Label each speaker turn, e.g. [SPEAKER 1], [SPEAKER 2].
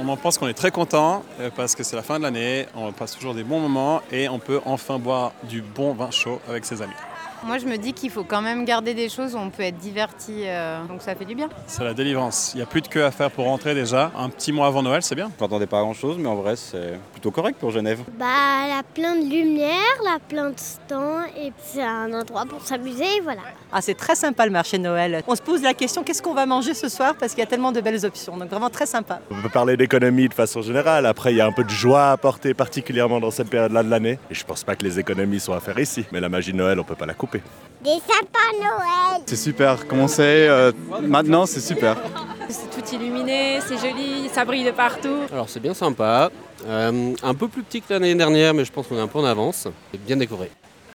[SPEAKER 1] On en pense qu'on est très content euh, parce que c'est la fin de l'année, on passe toujours des bons moments et on peut enfin boire du bon vin chaud avec ses amis.
[SPEAKER 2] Moi, je me dis qu'il faut quand même garder des choses où on peut être diverti, euh, donc ça fait du bien.
[SPEAKER 1] C'est la délivrance. Il n'y a plus de queue à faire pour rentrer déjà. Un petit mois avant Noël, c'est bien.
[SPEAKER 3] Je m'attendais pas à grand chose, mais en vrai, c'est plutôt correct pour Genève.
[SPEAKER 4] Bah, la plein de lumière, la plein de stands, et c'est un endroit pour s'amuser, voilà.
[SPEAKER 5] Ah, c'est très sympa le marché de Noël. On se pose la question qu'est-ce qu'on va manger ce soir parce qu'il y a tellement de belles options. Donc vraiment très sympa.
[SPEAKER 6] On peut parler d'économie de façon générale. Après, il y a un peu de joie à apporter, particulièrement dans cette période-là de l'année. Et je pense pas que les économies sont à faire ici. Mais la magie de Noël, on peut pas la couper.
[SPEAKER 4] Des sapins Noël
[SPEAKER 7] C'est super, commencer euh, maintenant c'est super.
[SPEAKER 8] C'est tout illuminé, c'est joli, ça brille de partout.
[SPEAKER 9] Alors c'est bien sympa, Euh, un peu plus petit que l'année dernière, mais je pense qu'on est un peu en avance. C'est bien décoré.